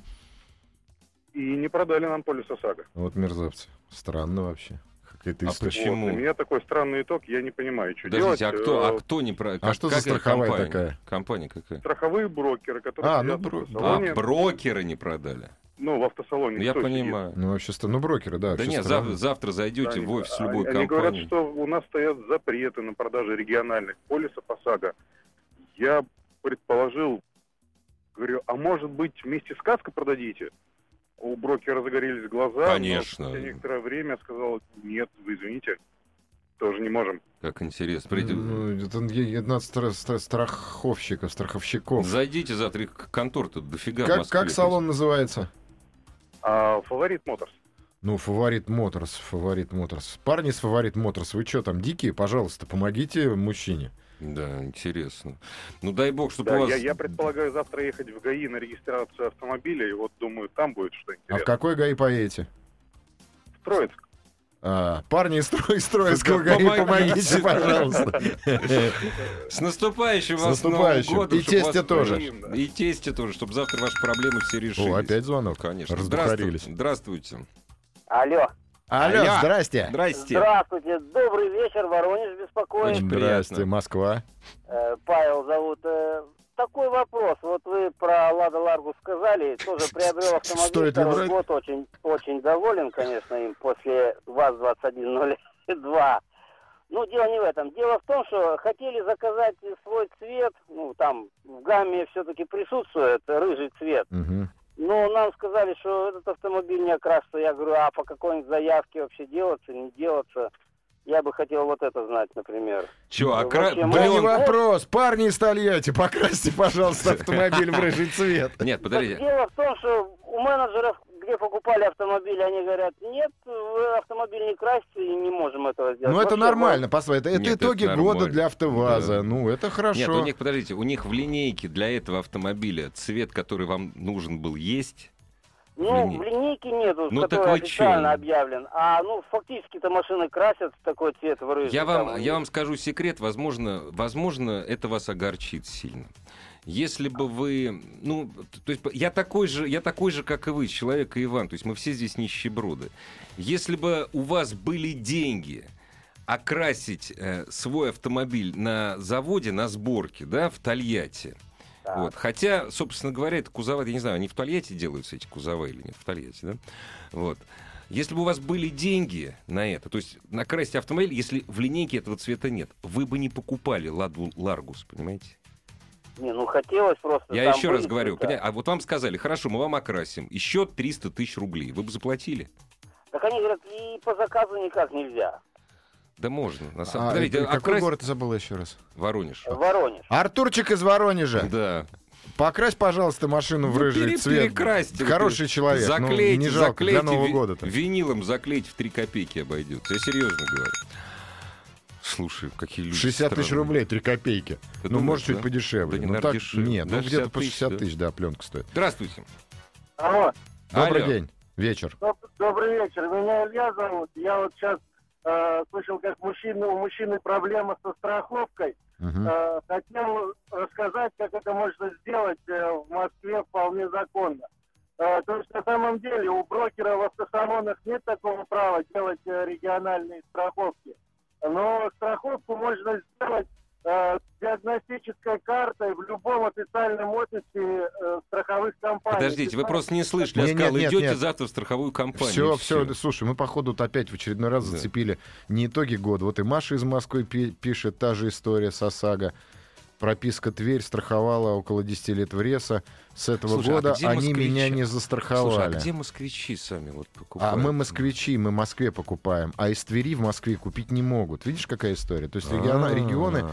S5: И не продали нам полис ОСАГО.
S2: вот мерзавцы. Странно вообще. Какая-то
S1: А
S2: история.
S1: Почему?
S5: Вот, у меня такой странный итог, я не понимаю, что делать.
S1: Подождите, а кто, а
S5: Э,
S1: кто не про...
S2: что за страховая
S1: компания?
S2: такая?
S1: Компания какая?
S5: Страховые брокеры, которые
S2: А,
S5: сидят
S2: ну, бро-
S5: в
S1: А,
S5: автосалоне,
S1: брокеры не продали.
S5: ну, в автосалоне.
S1: Ну, я
S5: кто сидит?
S1: понимаю.
S2: Ну, вообще, стра- ну, брокеры, да.
S1: Да
S2: вообще
S1: нет, зав-
S2: странно.
S1: завтра, зайдете
S5: Они-
S1: в офис
S5: а-
S1: любой
S5: Они говорят,
S1: компании.
S5: что у нас стоят запреты на продажу региональных полисов ОСАГО. Я предположил, говорю, а может быть вместе с КАСКО продадите? У брокера загорелись глаза. но
S1: Конечно.
S5: спустя некоторое время я сказал, нет, вы извините, тоже не можем.
S1: Как интересно. Придё-
S2: Ну, это е- это надо стра- стра- страховщиков,
S1: Ну,
S2: страховщиков.
S1: Зайдите завтра, их контор тут дофига в
S2: Как,
S1: Москве.
S2: как салон называется?
S5: А фаворит Моторс?
S2: Ну, фаворит Моторс, фаворит Моторс. Парни с фаворит Моторс, вы что там, дикие? Пожалуйста, помогите мужчине.
S1: Да, интересно. Ну дай бог, чтобы
S5: Да,
S1: у вас...
S5: я, я предполагаю завтра ехать в ГАИ на регистрацию автомобиля, и вот думаю, там будет что
S2: А в
S5: интересно.
S2: какой ГАИ поедете?
S5: В Троицк.
S2: А, парни из Тро- из Троицкого
S1: Да,
S2: ГАИ,
S1: помогите.
S2: помогите, пожалуйста.
S1: С наступающим
S2: С
S1: вас
S2: наступающим.
S1: Новым годом.
S2: И
S1: чтобы вас-
S2: тесте тоже.
S1: И тесте тоже, чтобы завтра ваши проблемы все решились.
S2: О, опять звонок.
S1: Конечно.
S2: Раздухарились.
S1: Здравствуйте. Здравствуйте.
S4: Алло.
S2: Алло,
S1: Алло.
S2: здрасте.
S1: Здрасте.
S4: Здравствуйте. Добрый вечер. Воронеж беспокоит.
S1: Очень приятно.
S2: Здрасте, Москва.
S4: Э, Павел зовут. Э, Такой вопрос. Вот вы про Лада Ларгу сказали. Тоже приобрел автомобиль.
S2: Стоит ли
S4: второй
S2: брать?
S4: год очень, очень доволен, конечно, им после ВАЗ-2102. Ну, дело не в этом. Дело в том, что хотели заказать свой цвет. Ну, там в гамме все-таки присутствует рыжий цвет.
S2: Мгм.
S4: Ну, нам сказали, что этот автомобиль не окрасится. Я говорю, а по какой-нибудь заявке вообще делаться, не делаться? Я бы хотел вот это знать, например.
S1: Че, а
S4: Ну,
S1: кра-
S4: вообще,
S2: Да
S4: Блин.
S2: не
S1: блён-
S2: вопрос, парни из Тольятти, покрасьте, пожалуйста, автомобиль в рыжий цвет.
S1: Нет,
S4: Так
S1: подождите.
S4: дело в том, что у менеджеров, где покупали автомобиль, они говорят, нет, вы автомобиль не красится и не можем этого сделать.
S2: Ну, это
S4: Вообще,
S2: нормально, посмотри, это- это
S1: Нет, это
S2: итоги
S1: нормально.
S2: года для
S1: Да.
S2: АвтоВАЗа. Ну, это
S1: Нет, у
S2: хорошо.
S1: них, подождите, у них в линейке для этого автомобиля цвет, который вам нужен был, есть.
S4: Ну,
S1: в
S4: в линейке нету,
S1: Ну, так
S4: который
S1: вы чё?
S4: официально объявлен. А, ну, фактически-то машины красят в такой цвет в рыжий.
S1: Я вам,
S4: там.
S1: я вам скажу секрет, возможно, возможно, это вас огорчит сильно. Если бы вы, ну, т- то есть я такой же, я такой же, как и вы, человек и Иван, то есть мы все здесь нищеброды. Если бы у вас были деньги окрасить э, свой автомобиль на заводе, на сборке, да, в Тольятти,
S4: Так.
S1: вот. Хотя, собственно говоря, это кузова, я не знаю, они в Тольятти делаются, эти кузова или нет, в Тольятти, да? Вот. Если бы у вас были деньги на это, то есть накрасить автомобиль, если в линейке этого цвета нет, вы бы не покупали Ладу Ларгус, понимаете?
S4: Не, ну, хотелось просто...
S1: Я
S4: там
S1: еще раз
S4: были ну,
S1: говорю,
S4: цвета.
S1: поня- а вот вам сказали, хорошо, мы вам окрасим, еще 300 тысяч рублей, вы бы заплатили?
S4: Так они говорят, и по заказу никак нельзя.
S1: Да можно, на самом
S2: А,
S1: деле. Подождите,
S2: э, Какой
S1: окрасить-
S2: город забыл еще раз?
S1: Воронеж.
S4: Воронеж.
S2: Артурчик из Воронежа.
S1: Да.
S2: Покрась, пожалуйста, машину в
S1: Ну,
S2: рыжий
S1: пере-
S2: цвет.
S1: перекрасьте.
S2: Хороший человек. ну,
S1: Заклейте,
S2: не жалко
S1: заклейте
S2: для Нового
S1: ви-
S2: года-то.
S1: Винилом заклеить в 3 копейки обойдется. Я серьезно говорю. Слушай, какие люди
S2: 60 тысяч
S1: странные.
S2: рублей, 3 копейки.
S1: Ты
S2: ну,
S1: думаешь,
S2: может, чуть
S1: да?
S2: подешевле.
S1: Да не,
S2: ну,
S1: наверное,
S2: так,
S1: дешевле.
S2: нет,
S1: Да,
S2: ну, где-то
S1: 60
S2: по
S1: тысяч,
S2: 60
S1: да.
S2: тысяч, да, пленка стоит.
S1: Здравствуйте.
S6: Алло,
S2: Добрый
S1: Алло.
S2: день, вечер.
S6: доб- добрый вечер. Меня Илья зовут. Я вот сейчас слышал, как мужчина, у мужчины проблема со страховкой.
S2: Мгм.
S6: Э, хотел рассказать, как это можно сделать э, в Москве вполне законно. Э, то есть на самом деле у брокера в автосалонах нет такого права делать э, региональные страховки. Но страховку можно сделать э, с диагностической картой в любом официальном офисе э, страховых компаний.
S1: Подождите, вы просто не слышали.
S2: Не,
S1: Я сказал,
S2: нет, нет,
S1: идете
S2: нет.
S1: завтра в страховую компанию.
S2: Все,
S1: и
S2: все,
S1: всё.
S2: слушай, мы, походу, вот опять в очередной раз
S1: Да.
S2: зацепили не итоги года. Вот и Маша из Москвы пи- пишет, та же история с ОСАГО. Прописка Тверь страховала около 10 лет в РЕСа. С этого
S1: Слушай, а
S2: года
S1: где
S2: они
S1: москвичи?
S2: меня
S1: Слушай,
S2: не
S1: а
S2: застраховали.
S1: где москвичи сами вот покупают?
S2: А мы москвичи, мы в Москве покупаем, а из Твери в Москве купить не могут. Видишь, какая история? То есть региона,
S1: А-а-а.
S2: регионы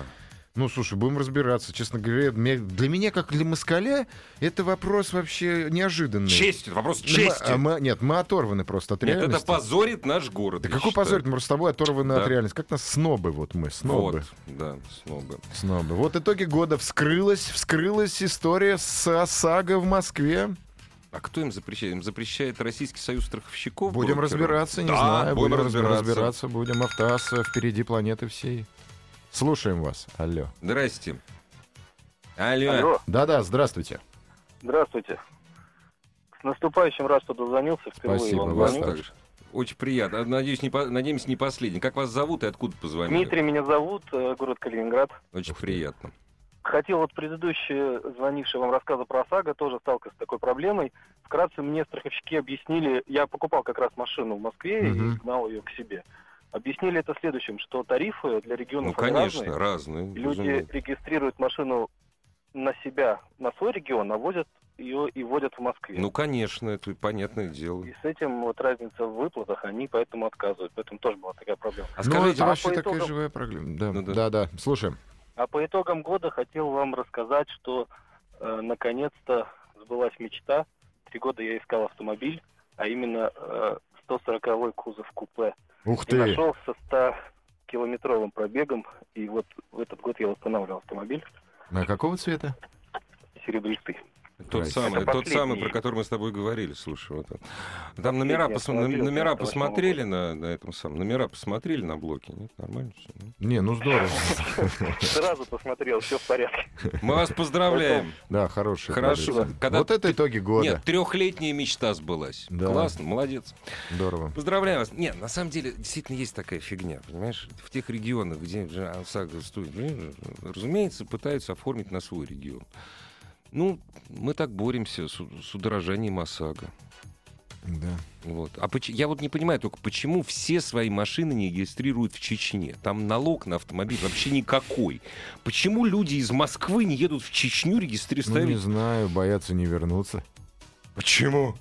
S2: Ну, слушай, будем разбираться. Честно говоря, мне- для меня, как для москаля, это вопрос вообще неожиданный.
S1: Честь, вопрос
S2: Ну, мы- а
S1: чести.
S2: мы- нет, мы оторваны просто от
S1: Нет, это
S2: реальности.
S1: позорит наш город.
S2: Да
S1: я
S2: какой
S1: считаю.
S2: позор, мы с тобой оторваны
S1: Да.
S2: от реальности. Как нас снобы, вот мы, снобы.
S1: Вот, да, снобы.
S2: Снобы. Вот итоги года вскрылась, вскрылась история с САГО в Москве.
S1: А кто им запрещает? Им запрещает Российский союз страховщиков?
S2: Будем
S1: брокеров?
S2: разбираться, не
S1: Да,
S2: знаю.
S1: будем
S2: раз-
S1: разбираться.
S2: разбираться. Будем автоасс впереди планеты всей. Слушаем вас. Алло.
S1: Здрасте. Алло.
S4: Алло,
S2: Да-да, здравствуйте.
S4: здравствуйте. С наступающим раз, что дозвонился впервые.
S2: Спасибо,
S4: вам
S1: Вас
S2: Алло.
S4: звоню.
S1: также. Очень приятно. А, Надеюсь, не по- надеемся, не последний. Как вас зовут и откуда позвонили?
S4: Дмитрий меня зовут, э, город Калининград.
S1: Очень
S2: Ух ты.
S1: приятно.
S4: Хотел вот предыдущие звонившие вам рассказы про ОСАГО тоже сталкивался с такой проблемой. Вкратце мне страховщики объяснили, я покупал как раз машину в Москве
S2: Мгм.
S4: и гнал ее к себе. Объяснили это следующим, что тарифы для
S1: Ну,
S4: регионов они
S1: конечно,
S4: разные.
S1: разные.
S4: Люди
S1: безумно.
S4: регистрируют машину на себя, на свой регион, а возят ее и водят в Москве.
S1: Ну, конечно, это понятное дело.
S4: И с этим вот разница в выплатах, они поэтому отказывают. Поэтому тоже была такая проблема.
S1: А
S2: ну,
S1: скажите,
S2: это
S4: а
S2: вообще
S4: по
S2: такая
S4: итогам-
S2: живая проблема. Да,
S1: Ну да.
S2: да, да. Слушаем.
S4: А по итогам года хотел вам рассказать, что э, наконец-то сбылась мечта. Три года я искал автомобиль, а именно э, 140-й кузов купе.
S2: Ух
S4: И
S2: ты.
S4: нашел со 100-километровым пробегом. И вот в этот год я восстанавливал автомобиль
S2: А какого цвета?
S4: серебристый.
S1: тот
S2: Здрасте.
S1: самый,
S4: Это
S1: тот самый,
S4: последний.
S1: про который мы с тобой говорили, слушай. вот это. Там номера,
S4: Последний
S1: пос-
S4: автомобиль
S1: номера
S4: 98-го
S1: посмотрели на, на этом самом, номера посмотрели на блоке, нет, нормально все.
S2: Не, ну здорово.
S4: Сразу посмотрел, все в порядке.
S1: Мы вас поздравляем.
S2: Да, хороший.
S1: Хорошо.
S2: продукт.
S1: Когда
S2: Вот это итоги года.
S1: Нет, трехлетняя мечта сбылась.
S2: Да.
S1: Классно, молодец.
S2: Здорово.
S1: Поздравляю вас. Нет, на самом деле, действительно есть такая фигня, понимаешь? В тех регионах, где же ОСАГО стоит, понимаешь, разумеется, пытаются оформить на свой регион. Ну, мы так боремся с, у- с удорожанием ОСАГО.
S2: Да. Ну,
S1: Вот. А поч- я вот не понимаю только, почему все свои машины не регистрируют в Чечне? Там налог на автомобиль вообще никакой. Почему люди из Москвы не едут в Чечню
S2: Ну, не
S1: регистрировать?
S2: знаю, боятся не вернуться.
S1: Почему?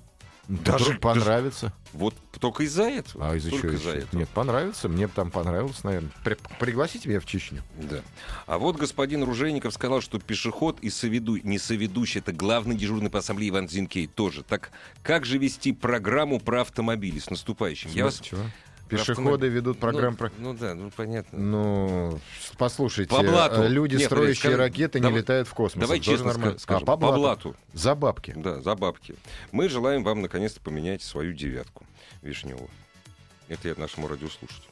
S1: Даже-
S2: Даже понравится.
S1: Вот только из-за этого.
S2: А из-за
S1: Только
S2: чего
S1: из-за
S2: еще?
S1: этого.
S2: Нет, понравится. Мне бы там понравилось, наверное. При- Пригласите меня в Чечню.
S1: Да. А вот господин Ружейников сказал, что пешеход и соведу... не соведущий, это главный дежурный по ассамблее Иван Зинкей тоже. Так как же вести программу про автомобили с наступающим? Я вас...
S2: Чего?
S1: про
S2: Пешеходы
S1: автомобили-
S2: ведут программу про...
S1: Ну, ну да, ну понятно.
S2: Ну, послушайте,
S1: По блату.
S2: э, люди,
S1: Нет, подожди,
S2: строящие
S1: скажи-
S2: ракеты, не
S1: давай-
S2: летают в космос.
S1: Давай
S2: Это тоже
S1: честно
S2: нормально.
S1: ска- скажем.
S2: А, по блату.
S1: блату.
S2: За бабки.
S1: Да, за бабки. Мы желаем вам наконец-то поменять свою девятку Вишневу. Это я нашему радиослушателю.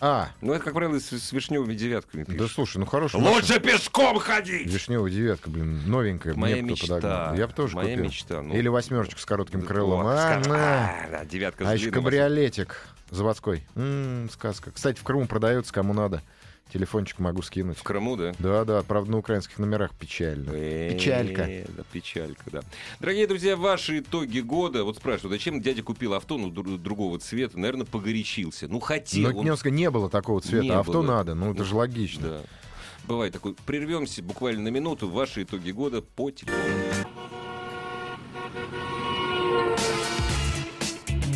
S2: А,
S1: Ну, это, как правило, с, с вишневыми девятками
S2: да
S1: пишут.
S2: слушай, ну хорошая машина.
S1: Лучше пешком ходить!
S2: Вишневая девятка, блин, новенькая.
S1: Моя
S2: мне бы кто
S1: мечта.
S2: подогнал. Я бы тоже
S1: Моя
S2: купил.
S1: мечта. ну.
S2: Или восьмерочку с коротким
S1: Да,
S2: крылом.
S1: вот,
S2: А,
S1: скажем,
S2: на.
S1: а, да, девятка
S2: А
S1: с
S2: еще
S1: длинным
S2: кабриолетик заводской. М, сказка. Кстати, в Крыму продается, кому надо. Телефончик могу скинуть.
S1: В Крыму, да?
S2: Да, да, правда, на украинских номерах печально. Печалька.
S1: Э, Да, печалька, да. Дорогие друзья, ваши итоги года. Вот спрашивают, зачем дядя купил авто ну, дру- другого цвета? Наверное, погорячился. Ну,
S2: Но
S1: хотел. он-
S2: Дневска не было такого цвета,
S1: Не
S2: а
S1: было.
S2: авто надо. Ну, это же логично.
S1: Да. Бывает такой. Прервемся буквально на минуту. Ваши итоги года по телефону.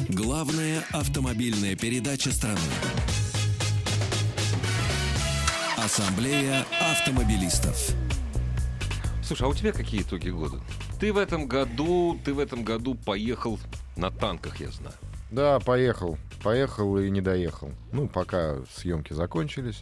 S3: Главная автомобильная передача страны. Ассамблея автомобилистов.
S1: Слушай, а у тебя какие итоги года? Ты в этом году, ты в этом году поехал на танках, я знаю.
S2: Да, поехал. Поехал и не доехал. Ну, пока съемки закончились.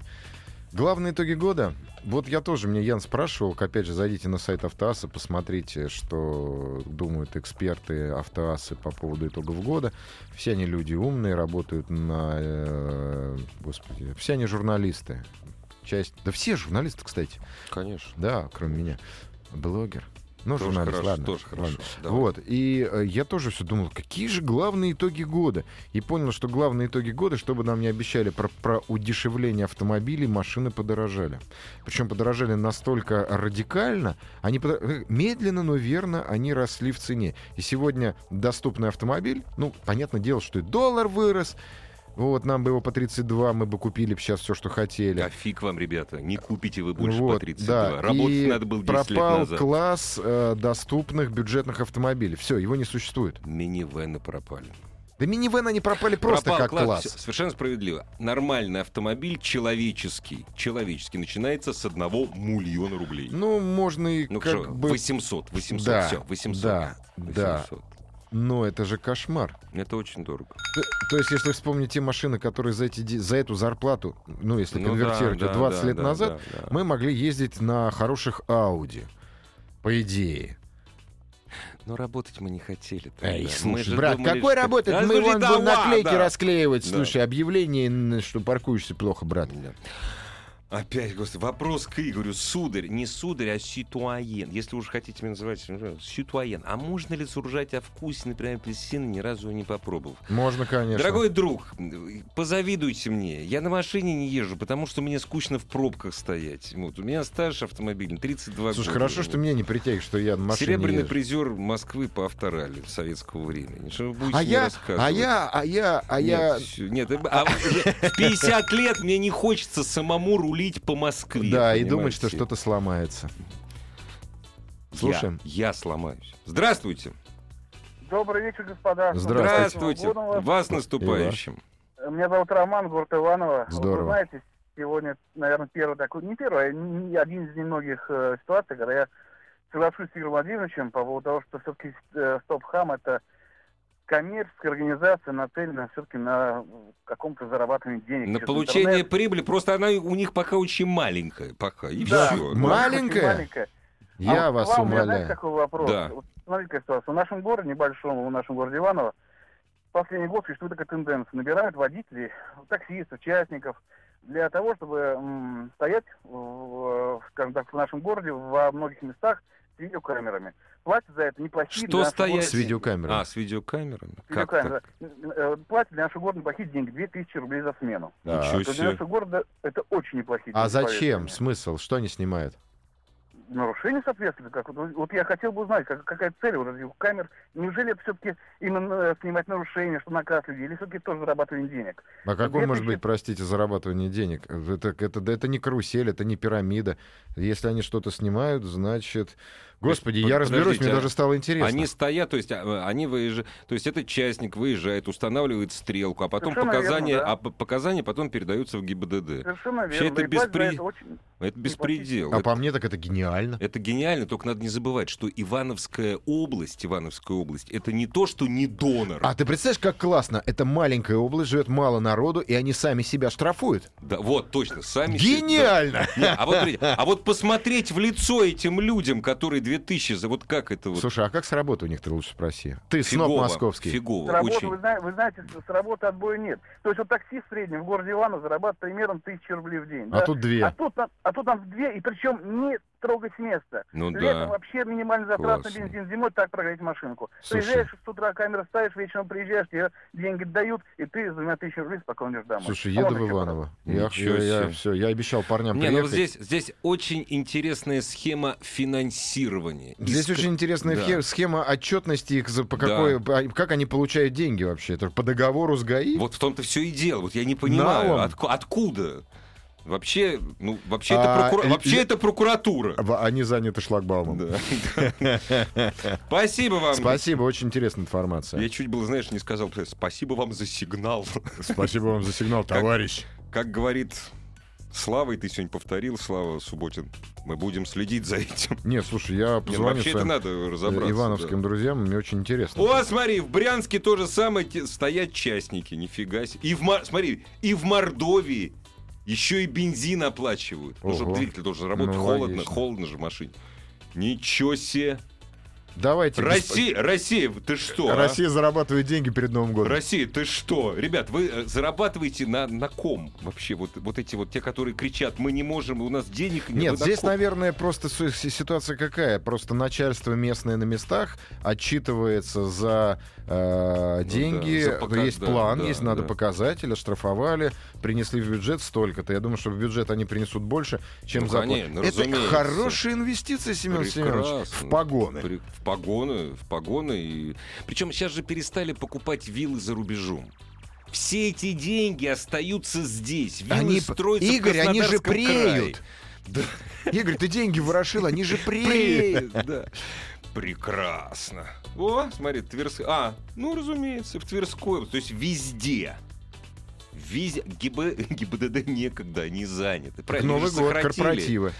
S2: Главные итоги года. Вот я тоже, мне Ян спрашивал, опять же, зайдите на сайт Автоасса, посмотрите, что думают эксперты Автоассы по поводу итогов года. Все они люди умные, работают на... э, господи, все они журналисты. Часть... Да все журналисты, кстати.
S1: Конечно.
S2: Да, кроме меня. Блогер. Ну,
S1: Тоже
S2: журналист,
S1: хорошо,
S2: ладно.
S1: тоже хорошо.
S2: ладно.
S1: Давай.
S2: Вот, и э, я тоже все думал, какие же главные итоги года. И понял, что главные итоги года, чтобы нам не обещали про, про удешевление автомобилей, машины подорожали. Причем подорожали настолько радикально, они подо- э, медленно, но верно они росли в цене. И сегодня доступный автомобиль, ну, понятное дело, что и доллар вырос, вот, нам бы его по 32, мы бы купили сейчас все, что хотели.
S1: А фиг вам, ребята, не купите вы больше
S2: Вот,
S1: по 32.
S2: да.
S1: Работать
S2: И
S1: надо было 10 лет
S2: пропал
S1: назад.
S2: класс э, доступных бюджетных автомобилей. Все, его не существует.
S1: Минивены пропали.
S2: Да минивэн они пропали просто
S1: Пропал
S2: как класс.
S1: всё, Совершенно справедливо. Нормальный автомобиль, человеческий, человеческий, начинается с одного миллиона рублей.
S2: Ну, можно и
S1: Ну,
S2: как
S1: что,
S2: бы...
S1: 800, 800,
S2: Да,
S1: все, 800.
S2: да, да.
S1: 800.
S2: Но это же кошмар.
S1: Это очень дорого.
S2: Т- То есть, если вспомнить те машины, которые за, эти, де- за эту зарплату, ну, если
S1: Ну да,
S2: конвертировать её
S1: да,
S2: 20
S1: да,
S2: лет
S1: да,
S2: назад,
S1: да, да.
S2: мы могли ездить на хороших Ауди. По идее.
S1: Но работать мы не хотели. тогда.
S2: Эй,
S1: Мы
S2: слушай,
S1: же
S2: брат,
S1: думали,
S2: какой
S1: что-
S2: работы?
S1: Да,
S2: Мы
S1: слушай,
S2: вон
S1: да
S2: будем наклейки
S1: ладно.
S2: расклеивать.
S1: Да.
S2: Слушай, объявление, н- что паркуешься плохо, брат.
S1: Да. Опять, господи, вопрос к Игорю. Сударь, не сударь, а ситуаен. Если уж хотите меня называть, ну, знаю, ситуаен. А можно ли суржать о вкусе, например, апельсина, ни разу его не попробовав?
S2: Можно, конечно.
S1: Дорогой друг, позавидуйте мне. Я на машине не езжу, потому что мне скучно в пробках стоять. Вот, у меня стаж автомобильный, 32
S2: Слушай,
S1: года.
S2: хорошо, что меня не притягивает, что я на машине
S1: Серебряный
S2: езжу.
S1: призер Москвы по авторалли советского времени. Что вы будете
S2: А
S1: мне
S2: я, а
S1: рассказывать?
S2: я, а я, а я...
S1: Нет, всё, нет, а в 50 лет мне не хочется самому рулить по Москве.
S2: Да, и думать,
S1: понимаете?
S2: что что-то сломается.
S1: Я-
S2: Слушаем.
S1: Я, сломаюсь. Здравствуйте.
S6: Добрый вечер, господа.
S2: Здравствуйте.
S1: Здравствуйте. Вас наступающим.
S6: Э, Меня зовут Роман, город Иваново.
S2: Здорово.
S6: Вы знаете, сегодня, наверное, первый такой, не первый, а не- один из немногих э, ситуаций, когда я соглашусь с Игорем Владимировичем по поводу того, что все-таки Стоп-Хам это коммерческая организация, нацелена все-таки на м, каком-то зарабатывании денег.
S1: На
S6: через
S1: получение
S6: интернет.
S1: прибыли, просто она у них пока очень маленькая. Пока. И
S6: Да.
S1: все.
S2: Ма- Маленькая?
S6: Очень маленькая.
S2: Я
S6: А вот к
S2: вас
S6: вам у меня, знаете,
S2: умоляю.
S6: какой вопрос?
S1: Да.
S6: Вот смотрите, какая ситуация. В нашем городе, небольшом, в нашем городе Иваново, в последний год существует такая тенденция. Набирают водителей, таксистов, частников, для того, чтобы м, стоять, в, э, скажем так, в нашем городе во многих местах с видеокамерами. Платят за это неплохие...
S1: Что
S6: для нашего
S1: стоять?
S6: города-
S2: С видеокамерой.
S1: А, с видеокамерами?
S6: с
S1: Как
S6: видеокамерами,
S1: так?
S6: да. Э, Платят для нашего города неплохие деньги, 2000 рублей за смену.
S2: Да.
S1: Ничего
S6: То есть для
S1: себе.
S6: нашего города это очень неплохие
S2: А
S6: деньги, поверьте
S2: зачем?
S6: мне.
S2: Смысл? Что они снимают?
S6: нарушение, соответственно, как вот, вот я хотел бы узнать, как- какая цель у этих камер. Неужели это все-таки именно э, снимать нарушения, что наказ людей, или все-таки тоже зарабатывание денег?
S2: А какой
S6: Две
S2: может быть,
S6: тысячи-
S2: простите, зарабатывание денег? Это, это, да это не карусель, это не пирамида. Если они что-то снимают, значит... Господи,
S1: Под-
S2: я разберусь,
S1: подождите,
S2: мне
S1: а
S2: даже стало интересно.
S1: Они стоят, то есть а, э, они выезжают, то есть этот частник выезжает, устанавливает стрелку, а потом
S6: Совершенно верно,
S1: показания,
S6: да.
S1: а п- показания потом передаются в ГИБДД.
S6: Совершенно верно.
S1: Вообще это
S6: И платят за
S1: беспри-
S6: это очень...
S1: Это беспредел.
S2: А
S1: Это-
S2: по мне так это гениально.
S1: Это гениально, только надо не забывать, что Ивановская область, Ивановская область, это не то, что не донор.
S2: А ты представляешь, как классно? Это маленькая область, живет мало народу, и они сами себя штрафуют.
S1: Да, вот, точно, сами... себе-
S2: Гениально!
S1: Да. Не, а, вот, смотрите, а вот посмотреть в лицо этим людям, которые 2000, за вот как это вот...
S2: Слушай, а как с работы у них ты лучше спроси? Ты
S1: фигово,
S2: сноб московский.
S6: С
S1: Фигово,
S6: работы,
S1: очень.
S6: вы, зна- вы знаете, с с работы отбоя нет. То есть вот таксист в среднем в городе Иваново зарабатывает примерно тысячу рублей в день.
S2: А
S6: да?
S2: тут две.
S6: А тут, нам- а тут нам две, и причем не трогать с места.
S1: Ну
S6: Летом
S1: да.
S6: вообще минимальный затрат
S1: Классно.
S6: на бензин. Зимой так прогреть машинку.
S2: Слушай.
S6: Приезжаешь с утра, камеру ставишь, вечером приезжаешь, тебе деньги дают, и ты с двумя тысячами рублей спокойно идешь домой.
S2: Слушай,
S6: А
S2: еду
S6: вот
S2: в
S6: еще
S2: Иваново. Я,
S1: Ничего
S2: я- я-
S1: себе.
S2: всё, я обещал парням
S1: Не, ну
S2: приехать.
S1: вот здесь, здесь очень интересная схема финансирования.
S2: Здесь
S1: Иск-
S2: очень интересная
S1: Да.
S2: фе- схема отчетности, их за- по какой, а, как они получают деньги вообще. Это по договору с ГАИ?
S1: Вот в том-то все и дело. Вот я не понимаю,
S2: Налом.
S1: отку- откуда? Вообще, ну, вообще,
S2: А,
S1: это, прокура-
S2: л-
S1: вообще
S2: л-
S1: это прокуратура.
S2: В- Они заняты шлагбаумом.
S1: Спасибо вам.
S2: Спасибо, очень интересная информация.
S1: Я чуть было, знаешь, не сказал. Спасибо вам за сигнал.
S2: Спасибо вам за сигнал, товарищ.
S1: Как говорит Слава, и ты сегодня повторил, Слава Субботин, мы будем следить за этим.
S2: Не, слушай, я
S1: Нет,
S2: позвоню
S1: ну вообще это
S2: своим э,
S1: надо разобраться.
S2: ивановским
S1: да.
S2: друзьям, мне очень интересно.
S1: О, смотри, в Брянске то же самое те- стоят частники, нифига себе. И в, Мор- смотри, и в Мордовии еще и бензин оплачивают. Ну, чтобы
S2: Ого.
S1: двигатель должен работать.
S2: Ну,
S1: холодно,
S2: логично.
S1: холодно же в машине. Ничего себе.
S2: Давайте. госп-
S1: Россия, Россия, ты что? а?
S2: Россия зарабатывает деньги перед Новым годом.
S1: Россия, ты что? Ребят, вы э, зарабатываете на, на ком вообще? Вот, вот эти вот те, которые кричат, мы не можем, у нас денег нет.
S2: Нет,
S1: Вы на
S2: здесь,
S1: ком?
S2: наверное, просто су- си- ситуация какая? Просто начальство местное на местах отчитывается за э, деньги.
S1: Ну да, за пока-
S2: есть
S1: да,
S2: план,
S1: да,
S2: есть надо
S1: да.
S2: показатель, оштрафовали, принесли в бюджет столько-то. Я думаю, что в бюджет они принесут больше, чем
S1: Ну,
S2: за план.
S1: конечно,
S2: Это
S1: разумеется.
S2: хорошая инвестиция, Семен Семенович, в
S1: Прекрасно.
S2: погоны.
S1: При- В погоны, в погоны. И... Причем сейчас же перестали покупать виллы за рубежом. Все эти деньги остаются здесь. Виллы
S2: Они-
S1: строятся в
S2: Игорь, они же
S1: Краснодарском крае.
S2: преют. Игорь, ты деньги ворошил, они же преют.
S1: Преют, да. Прекрасно. О, смотри, Тверская. А, ну, разумеется, в Тверской. То есть везде. Везде. ГИБ... ГИБДД некогда, они заняты. Правильно,
S2: Новый
S1: они же
S2: год,
S1: сократили.
S2: корпоративы.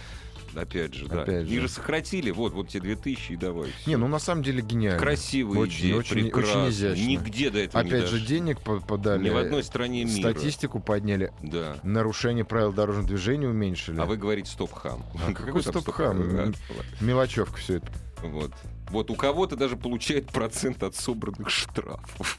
S1: Опять же, да.
S2: Опять
S1: Они
S2: же.
S1: же сократили. Вот, вот тебе 2000 и давай. всё.
S2: Не, ну на самом деле гениально.
S1: Красивая
S2: Очень-
S1: идея,
S2: очень- очень
S1: прекрасно.
S2: изящно.
S1: Нигде до этого не
S2: Опять же,
S1: дошли.
S2: денег по- подали.
S1: Ни в одной стране мира.
S2: Статистику подняли.
S1: Да.
S2: Нарушение правил дорожного движения уменьшили.
S1: А вы говорите стоп-хам.
S2: А какой
S1: там
S2: стоп-хам?
S1: стоп-хам?
S2: Мелочевка все это.
S1: Вот. Вот у кого-то даже получает процент от собранных штрафов.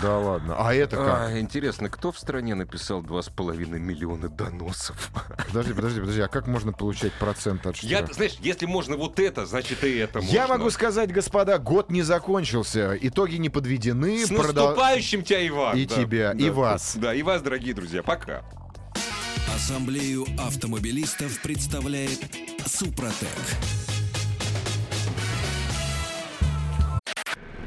S2: Да ладно. А это как?
S1: А, интересно, кто в стране написал 2,5 миллиона доносов?
S2: Подожди, подожди, подожди. А как можно получать процент от
S1: Я,
S2: штрафа?
S1: знаешь, если можно вот это, значит и это можно.
S2: Я могу сказать, господа, год не закончился. Итоги не подведены.
S1: С
S2: продол-
S1: наступающим тебя, Иван!
S2: И
S1: Да,
S2: тебя, и
S1: да.
S2: вас.
S1: Да, и вас, дорогие друзья. Пока.
S3: Ассамблею автомобилистов представляет Супротек.